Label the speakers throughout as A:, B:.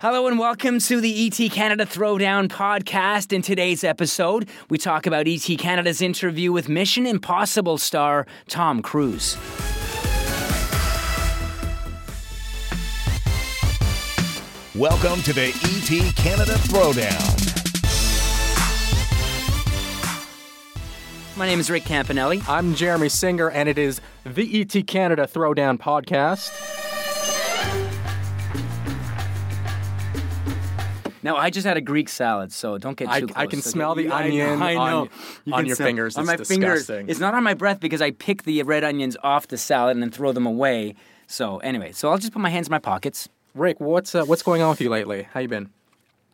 A: Hello and welcome to the ET Canada Throwdown podcast. In today's episode, we talk about ET Canada's interview with Mission Impossible star Tom Cruise.
B: Welcome to the ET Canada Throwdown.
A: My name is Rick Campanelli.
C: I'm Jeremy Singer, and it is the ET Canada Throwdown Podcast.
A: Now, I just had a Greek salad, so don't get too
C: I-
A: close.
C: I can
A: Okay.
C: smell the
A: You- I-
C: onion
A: I
C: on-
A: know.
C: on
A: can
C: your
A: smell-
C: fingers.
A: On
C: It's
A: my fingers.
C: disgusting.
A: It's not on my breath because I pick the red onions off the salad and then throw them away. So anyway, so I'll just put my hands in my pockets.
C: Rick, what's uh, what's going on with you lately? How you been?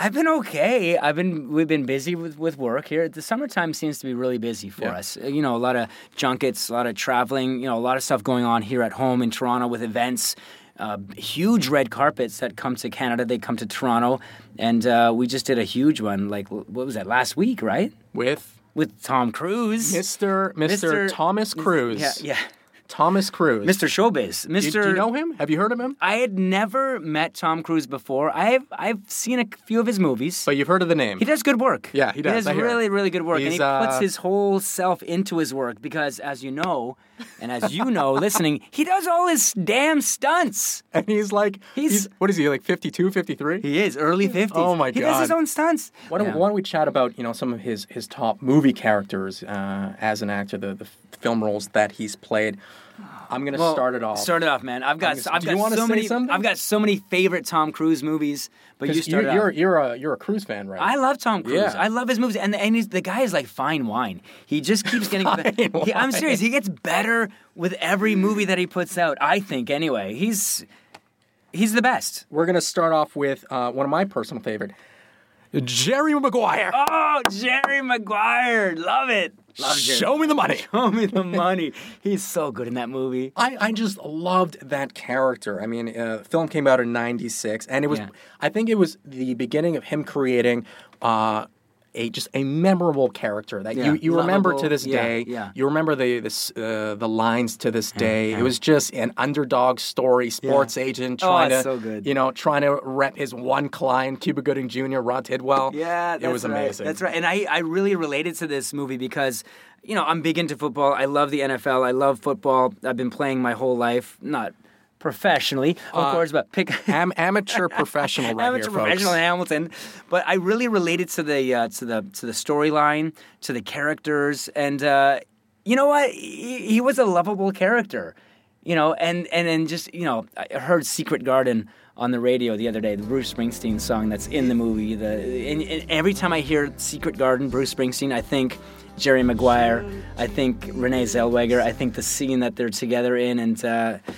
A: I've been okay. I've been we've been busy with, with work here. The summertime seems to be really busy for
C: Yeah.
A: us. You know, a lot of junkets, a lot of traveling. You know, a lot of stuff going on here at home in Toronto with events. Uh, huge red carpets that come to Canada. They come to Toronto, and uh, we just did a huge one. Like what was that last week? Right
C: With
A: with Tom Cruise,
C: Mr. Mr. Thomas Cruise.
A: Yeah, yeah.
C: Thomas Cruise.
A: Mr. Showbiz, Mr.
C: Do, do you know him? Have you heard of him?
A: I had never met Tom Cruise before. I've I've seen a few of his movies.
C: But you've heard of the name.
A: He does good work.
C: Yeah, he does.
A: He
C: I
A: does
C: hear it.
A: really, really good work, and he
C: He's,
A: puts
C: uh,
A: his whole self into his work because, as you know, and as you know, listening, he does all his damn stunts.
C: and he's like,
A: He's-
C: he's, what is he like 52, 53?
A: He is early fifties.
C: Oh, my
A: He does his
C: God.
A: own stunts.
C: Why don't,
A: Yeah.
C: why don't we chat about you know some of his his top movie characters uh, as an actor, the, the film roles that he's played. I'm gonna
A: Well,
C: start it off.
A: Start it off, man. I've got,
C: I'm
A: so,
C: gonna-
A: I've
C: do
A: got
C: you wanna
A: so
C: say
A: many.
C: something?
A: I've got so many favorite Tom Cruise movies, but you
C: 'Cause
A: start
C: you're,
A: it off.
C: you're you're a you're a Cruise fan, right?
A: I love Tom Cruise.
C: Yeah.
A: I love his movies, and and he's, the guy is like fine wine. He just keeps getting. be-
C: Fine
A: He- I'm serious. He gets better with every movie that he puts out. I think anyway. He's he's the best.
C: We're gonna start off with uh, one of my personal favorite, Jerry Maguire.
A: Oh, Jerry Maguire, love it. Love Jerry.
C: Show me the money.
A: Show me the money. He's so good in that movie.
C: I, I just loved that character. I mean, uh, the film came out in '96, and it was
A: Yeah.
C: I think it was the beginning of him creating uh, a just a memorable character that
A: Yeah.
C: you, you remember to
A: Lovable.
C: this
A: Yeah,
C: day.
A: yeah.
C: You remember the this, uh, the lines to this day. It was just an underdog story, sports agent
A: Oh,
C: trying
A: it's
C: to
A: so good.
C: you know trying to rep his one client, Cuba Gooding Jr., Rod Tidwell.
A: Yeah,
C: it was
A: that's right.
C: amazing.
A: That's right. And I, I really related to this movie because, you know, I'm big into football. I love the NFL. I love football. I've been playing my whole life, not professionally,
C: Uh,
A: of course, but pick.
C: Am- amateur professional right
A: amateur
C: here,
A: professional
C: folks.
A: Hamilton, but I really related to the uh, to the to the storyline, to the characters, and uh, you know what? He, he was a lovable character, you know. And and then just you know, I heard "Secret Garden" on the radio the other day, the Bruce Springsteen song that's in the movie. The and, and every time I hear "Secret Garden," Bruce Springsteen, I think. Jerry Maguire, I think Renee Zellweger, I think the scene that they're together in, and uh,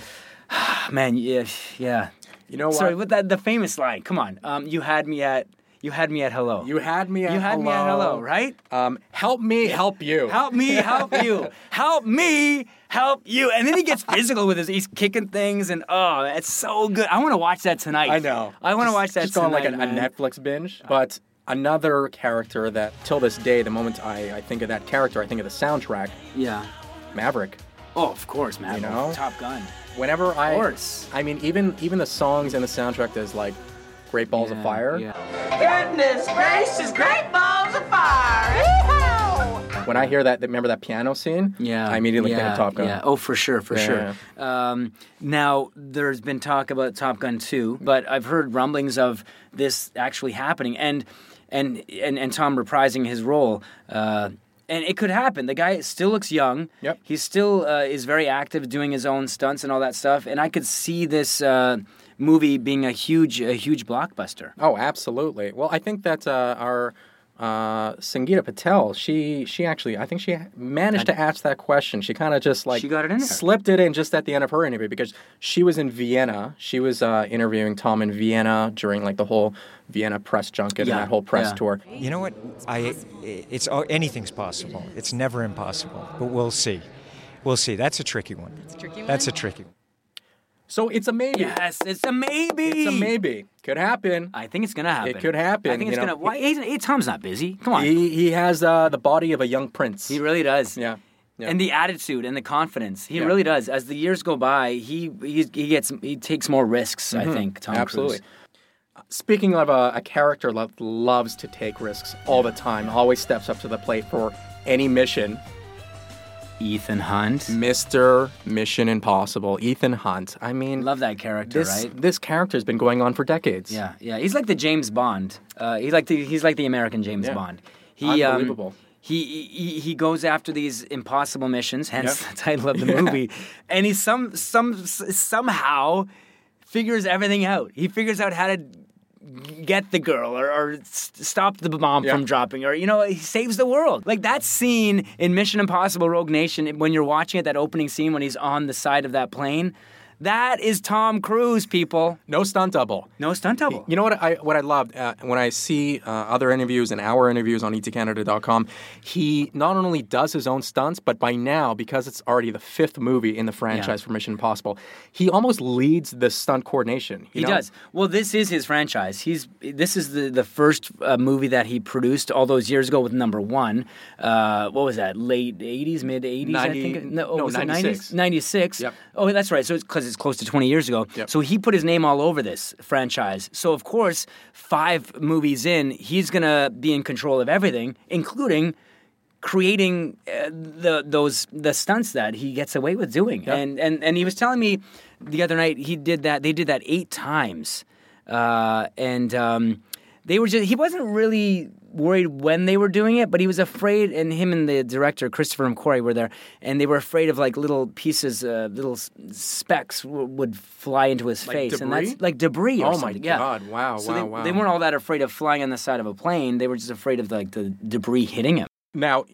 A: man, yeah, yeah,
C: You know what?
A: Sorry, with that the famous line. Come on. Um, you had me at you had me at hello.
C: You had me at
A: You had me at hello, right?
C: Um, help me help you.
A: Help me, help you. Help me, help you. And then he gets physical with his he's kicking things and oh, it's so good. I want to watch that tonight.
C: I know.
A: I want to
C: Just-
A: watch that
C: Just go
A: tonight.
C: on like a, a
A: man. Uh.
C: Netflix binge. But another character that, till this day, the moment I, I think of that character, I think of the soundtrack,
A: Yeah.
C: Maverick.
A: Oh, of course, man.
C: You know?
A: Top Gun.
C: Whenever I,
A: course.
C: I mean, even even the songs and the soundtrack, there's like Great Balls of Fire.
A: Yeah.
D: Goodness gracious, great balls of fire! Yee-haw!
C: When I hear that, remember that piano scene?
A: Yeah,
C: I immediately think
A: yeah,
C: of Top Gun.
A: Yeah. Oh, for sure, for
C: Yeah,
A: sure. Um, now there's been talk about Top Gun 2, but I've heard rumblings of this actually happening, and and and, and Tom reprising his role. Uh, and it could happen. The guy still looks young.
C: Yep.
A: He still uh, is very active, doing his own stunts and all that stuff. And I could see this uh, movie being a huge, a huge blockbuster.
C: Oh, absolutely. Well, I think that uh, our uh, Sangeeta Patel, she she actually, I think she managed to ask that question. She kind of just like
A: She got it in there.
C: slipped it in just at the end of her interview because she was in Vienna. She was uh, interviewing Tom in Vienna during like the whole Vienna press junket
A: Yeah,
C: and that whole press
A: yeah.
C: tour.
E: You know what? I it's oh, anything's possible. It's never impossible, but we'll see. We'll see. That's a tricky one. That's a
F: tricky
E: That's a
F: one?
E: tricky one.
C: So it's a maybe.
A: Yes, it's a maybe.
C: It's a maybe. Could happen.
A: I think it's gonna happen.
C: could happen,
A: I think
C: you
A: it's
C: know.
A: gonna. Why? Hey, hey, Tom's not busy. Come on.
C: He he has uh, the body of a young prince.
A: He really does.
C: Yeah, yeah.
A: And the attitude and the confidence. He really does. As the years go by, he he's, he gets he takes more risks, I think, Tom
C: Mm-hmm. Absolutely.
A: Cruise.
C: Speaking of a, a character that loves to take risks all the time, always steps up to the plate for any mission,
A: Ethan Hunt.
C: Mm. Mr. Mission Impossible, Ethan Hunt. I mean,
A: Love that character,
C: this
A: right?
C: this character's been going on for decades.
A: Yeah, yeah. He's like the James Bond. Uh, he's like the he's like the American James
C: Yeah.
A: Bond. He, um,
C: Unbelievable.
A: he he he goes after these impossible missions, hence the title of the movie, and he some some s- somehow figures everything out. He figures out how to get the girl or, or s- stop the bomb
C: Yeah.
A: from dropping or you know he saves the world like that scene in mission impossible rogue nation when you're watching it that opening scene when he's on the side of that plane that is tom cruise people
C: No stunt double.
A: no stunt double
C: You know what I what I loved uh, when I see uh, other interviews and our interviews on E etcanada.com. He not only does his own stunts, but by now because it's already the fifth movie in the franchise for Mission Impossible, he almost leads the stunt coordination. you
A: He
C: know?
A: does. Well, this is his franchise. He's this is the the first uh, movie that he produced all those years ago with number one. Uh, what was that? Late eighties, mid eighties, I
C: 90
A: think. No, oh,
C: no,
A: was it
C: 96.
A: Ninety six.
C: Yep.
A: Oh, that's right. So it's because it's close to twenty years ago.
C: Yep.
A: So he put his name all over this franchise. So of course, five movies in, he's gonna be in control of everything, including creating uh, the those the stunts that he gets away with doing. And and and he was telling me the other night he did that. They did that eight times, uh, and um, they were just. He wasn't really worried when they were doing it, but he was afraid. And him and the director Christopher McQuarrie were there, and they were afraid of like little pieces, uh, little s- specks w- would fly into his face, and
C: debris?
A: that's like debris. Or
C: Oh my
A: something. yeah.
C: God. Wow,
A: So they,
C: wow,
A: They
C: wow.
A: weren't all that afraid of flying on the side of a plane. They were just afraid of like the debris hitting him.
C: Now,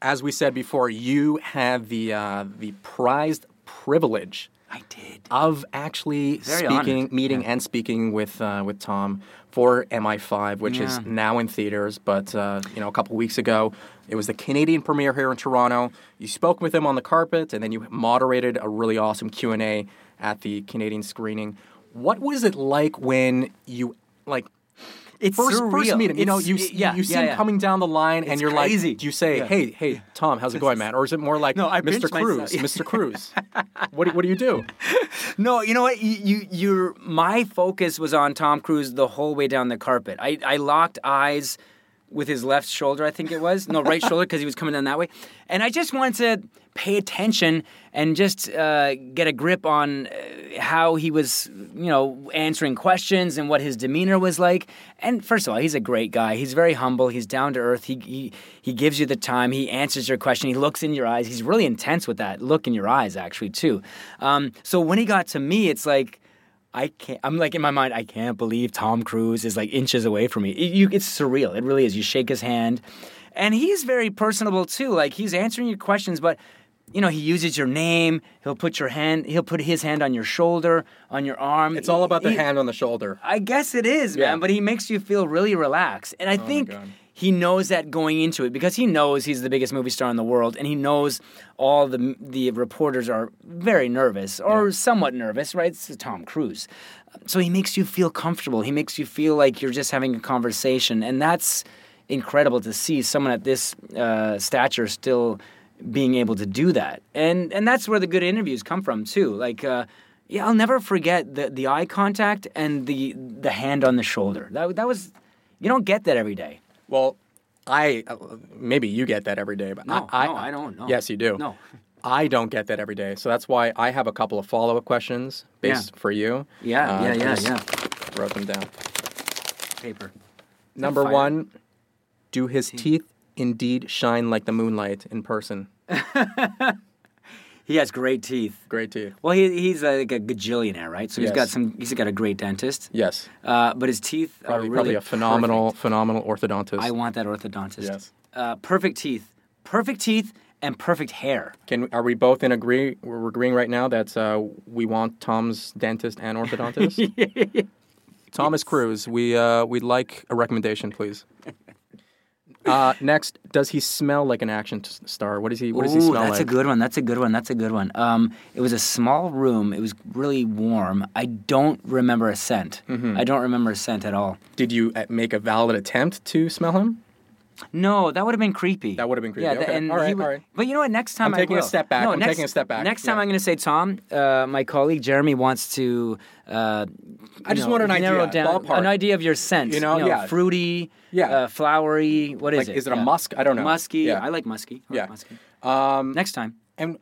C: as we said before, you had the uh, the prized privilege
A: I did.
C: of actually
A: Very
C: speaking,
A: honored,
C: meeting, and speaking with uh, with Tom for MI5, which is now in theaters. But uh, you know, a couple weeks ago, it was the Canadian premiere here in Toronto. You spoke with him on the carpet, and then you moderated a really awesome Q and A at the Canadian screening. What was it like when you like?
A: It's
C: First, first
A: surreal.
C: meet him. You know,
A: It's-
C: you,
A: it-
C: yeah, you see him
A: yeah.
C: coming down the line, and
A: It's
C: you're
A: crazy.
C: like, do you say,
A: Yeah.
C: "Hey, hey, Tom, how's it going, man?" Or is it more like,
A: No, I
C: "Mr.
A: pinch myself.
C: Cruz, Mr. Cruz, what, do- what do you do?"
A: No, you know what? You, you, your my focus was on Tom Cruise the whole way down the carpet. I, I locked eyes with his left shoulder, I think it was, no right shoulder because he was coming down that way, and I just wanted to pay attention and just uh, get a grip on uh, how he was, you know, answering questions and what his demeanor was like. And first of all, he's a great guy. He's very humble. He's down to earth. He he, he gives you the time. He answers your question. He looks in your eyes. He's really intense with that look in your eyes, actually, too. Um, so when he got to me, it's like I can't. I'm like in my mind, I can't believe Tom Cruise is like inches away from me. It- you, it's surreal. It really is. You shake his hand, and he's very personable too. Like he's answering your questions, but you know he uses your name. He'll put your hand. He'll put his hand on your shoulder, on your arm.
C: It's all about the
A: He-
C: hand on the shoulder.
A: I guess it is,
C: Yeah. Oh
A: man. But he makes you feel really relaxed, and I think
C: God.
A: he knows that going into it because he knows he's the biggest movie star in the world, and he knows all the the reporters are very nervous or somewhat nervous, right? It's Tom Cruise, so he makes you feel comfortable. He makes you feel like you're just having a conversation, and that's incredible to see someone at this uh, stature still being able to do that. And and that's where the good interviews come from too. Like. Uh, yeah, I'll never forget the, the eye contact and the the hand on the shoulder. That that was you don't get that every day.
C: Well, I uh, maybe you get that every day, but
A: No,
C: I,
A: no, I don't, no.
C: Yes, you do.
A: No.
C: I don't get that every day, so that's why I have a couple of follow-up questions based for you. Uh, just Wrote them down.
A: Paper.
C: Number
A: fire.
C: one, do his teeth indeed shine like the moonlight in person?
A: He has great teeth.
C: Great teeth.
A: Well, he, he's like a gajillionaire, right? So
C: Yes.
A: he's got some. He's got a great dentist.
C: Yes,
A: Uh, but his teeth are
C: probably,
A: really
C: probably a phenomenal,
A: perfect.
C: phenomenal orthodontist.
A: I want that orthodontist.
C: Yes.
A: Uh, perfect teeth. Perfect teeth and perfect hair.
C: Can are we both in agree? We're agreeing right now that uh, we want Tom's dentist and orthodontist. Thomas Cruz, we uh, we'd like a recommendation, please. Uh, next, does he smell like an action s- star? What does he? What does he
A: Ooh,
C: smell
A: that's
C: like?
A: a good one. That's a good one. That's a good one. Um, it was a small room. It was really warm. I don't remember a
C: Mm-hmm.
A: scent. I don't remember a scent at all.
C: Did you uh, make a valid attempt to smell him?
A: No, that would have been creepy.
C: That would have been creepy.
A: Yeah,
C: Okay.
A: and
C: All right,
A: he would-
C: all right.
A: But you know what? Next time
C: I'm taking a
A: will.
C: step back.
A: No,
C: I'm
A: next,
C: taking a step back.
A: Next time
C: Yeah.
A: I'm going to say, Tom, uh, my colleague Jeremy wants to. Uh,
C: I
A: you
C: just
A: know,
C: want an
A: narrow
C: idea,
A: down
C: ballpark.
A: an idea of your scent.
C: You know, yeah.
A: fruity,
C: Yeah.
A: uh, flowery. What is
C: Like,
A: it?
C: is it a
A: Yeah.
C: musk? I don't know.
A: Musky.
C: Yeah.
A: I like musky. I
C: Yeah. Um,
A: Like musky. next time.
C: And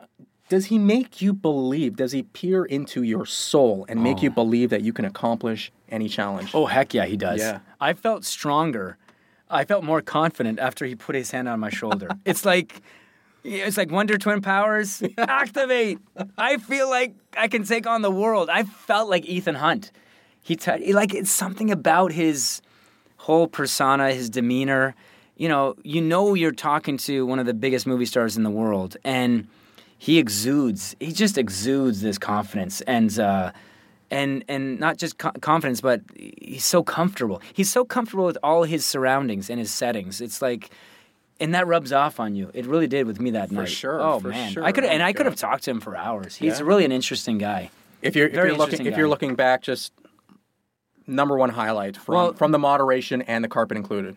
C: does he make you believe? Does he peer into your soul and make you believe that you can accomplish any challenge?
A: Oh heck yeah, he does.
C: Yeah.
A: I felt stronger. I felt more confident after he put his hand on my shoulder. it's like it's like Wonder Twin powers activate. I feel like I can take on the world. I felt like Ethan Hunt. He t- like it's something about his whole persona, his demeanor. You know, you know you're talking to one of the biggest movie stars in the world and he exudes he just exudes this confidence and uh and and not just co- confidence but he's so comfortable he's so comfortable with all his surroundings and his settings it's like and that rubs off on you it really did with me that night
C: sure,
A: oh
C: for
A: man
C: sure.
A: i could and
C: Oh,
A: i could
C: God.
A: have talked to him for hours he's
C: Yeah.
A: really an interesting guy
C: if you're, if
A: Very
C: you're looking
A: interesting
C: if
A: guy.
C: you're looking back, just number one highlight from
A: Well-
C: from the moderation and the carpet included.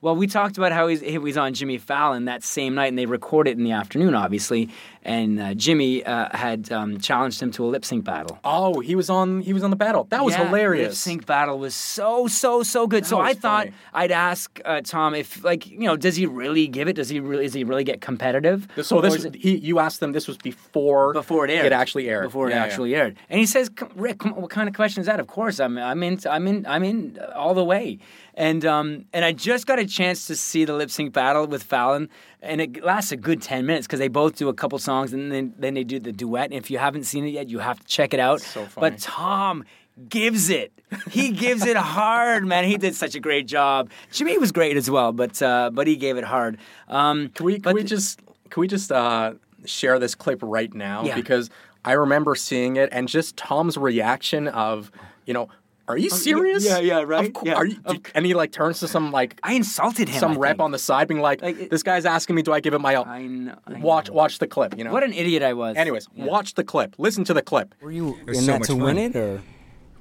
A: Well, we talked about how he's, he was on Jimmy Fallon that same night, and they record it in the afternoon, obviously. And uh, Jimmy uh, had um, challenged him to a lip sync battle.
C: Oh, he was on he was on the battle. That was
A: Yeah, Lip
C: hilarious.
A: sync battle was so so so good. so
C: was
A: I thought
C: funny.
A: I'd ask uh, Tom if like you know does he really give it? Does he really does he really get competitive?
C: So
A: Or
C: this
A: is it-
C: he, you asked them this was before
A: before it aired.
C: actually aired
A: Before it
C: Yeah, yeah.
A: actually aired. And he says, "Come- "Rick, come, what kind of question is that?" Of course, I'm I'm in I'm in I'm in uh, all the way. And um and I just got a chance to see the lip sync battle with Fallon, and it lasts a good ten minutes because they both do a couple songs and then then they do the duet. And if you haven't seen it yet, you have to check it out.
C: So funny.
A: But Tom. Gives it. He gives it hard, man. He did such a great job. Jimmy was great as well, but uh, but he gave it hard. Um,
C: Can we can
A: but
C: we just can we just uh, share this clip right now
A: Yeah.
C: because I remember seeing it and just Tom's reaction of you know are you serious?
A: Um, yeah, yeah, right,
C: Of cou-
A: yeah.
C: Are you,
A: Of
C: and he like turns to some like
A: I insulted him.
C: some
A: I
C: rep
A: think.
C: on the side being like,
A: Like, it-
C: this guy's asking me do I give it my all?
A: I know, I
C: watch watch the clip, you know.
A: What an idiot I was.
C: Anyways, watch the clip. Listen to the clip.
F: you
E: was
F: in
E: so
F: that
E: much
F: to
E: fun.
F: win it, or?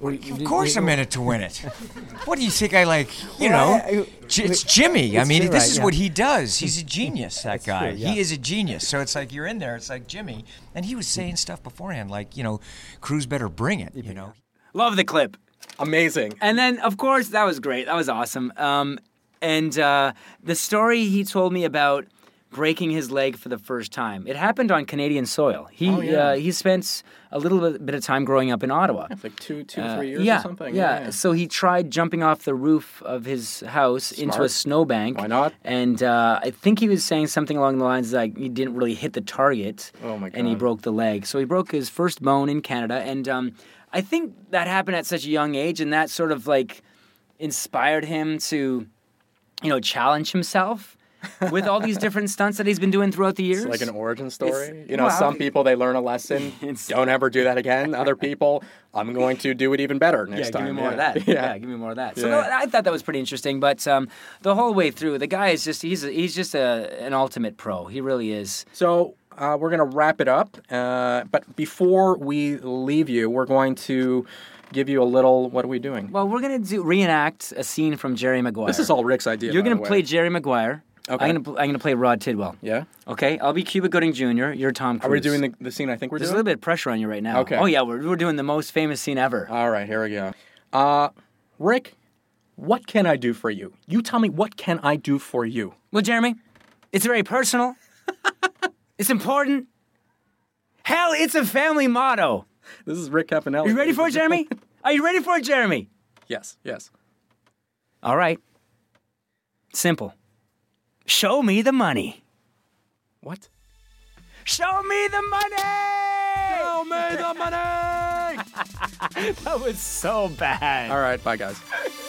F: or
E: Of course, I'm in it to win it. What do you think? I like, you know, J- it's Jimmy. I
F: It's
E: mean,
F: true,
E: this
F: right,
E: is
F: yeah.
E: what he does. He's a genius. That guy.
F: true, yeah.
E: He is a genius. So it's like you're in there. It's like Jimmy, and he was saying stuff beforehand, like you know, Cruz better bring it. You know,
A: Love the clip.
C: Amazing.
A: And then, of course, that was great. That was awesome. Um, and uh, the story he told me about breaking his leg for the first time. It happened on Canadian soil. He
F: Oh,
A: uh, he spent a little bit of time growing up in Ottawa.
C: Like two, two, three
A: Uh,
C: years
A: yeah,
C: or something.
A: Yeah. So he tried jumping off the roof of his house into a
C: Smart.
A: snowbank.
C: Why not?
A: And uh, I think he was saying something along the lines like he didn't really hit the target.
C: Oh, my
A: And he
C: God.
A: broke the leg. So he broke his first bone in Canada, and um, I think that happened at such a young age, and that sort of like inspired him to, you know, challenge himself. with all these different stunts that he's been doing throughout the years,
C: It's like an origin story.
A: It's-
C: you know,
A: well,
C: some people they learn a lesson,
A: It's-
C: don't ever do that again. Other people, I'm going to do it even better next
A: yeah,
C: time.
A: give me more of
C: Yeah.
A: that.
C: Yeah.
A: Yeah. give me more of that. So no,
C: Yeah.
A: I thought that was pretty interesting. But um, the whole way through, the guy is just he's he's just a, an ultimate pro. He really is.
C: So uh, we're gonna wrap it up, uh, but before we leave you, we're going to give you a little. What are we doing?
A: Well, we're gonna do reenact a scene from Jerry Maguire.
C: this is all Rick's idea.
A: You're
C: by the
A: gonna
C: way.
A: play Jerry Maguire.
C: Okay.
A: I'm gonna pl- I'm gonna play Rod Tidwell.
C: Yeah.
A: Okay. I'll be Cuba Gooding Jr. You're Tom Cruise.
C: Are we doing the, the scene? I think we're
A: There's a
C: doing.
A: little bit of pressure on you right now.
C: Okay.
A: Oh yeah, we're we're doing the most famous scene ever.
C: All right, here we go. Uh, Rick, what can I do for you? You tell me what can I do for you.
A: Well, Jeremy, it's very personal. it's important. Hell, it's a family motto.
C: This is Rick Caponelli.
A: You ready for it, Jeremy? Are you ready for it, Jeremy?
C: Yes, yes.
A: All right. Simple. Show me the money.
C: What?
A: Show me the money!
C: Show me the money!
A: That was so bad.
C: All right, bye guys.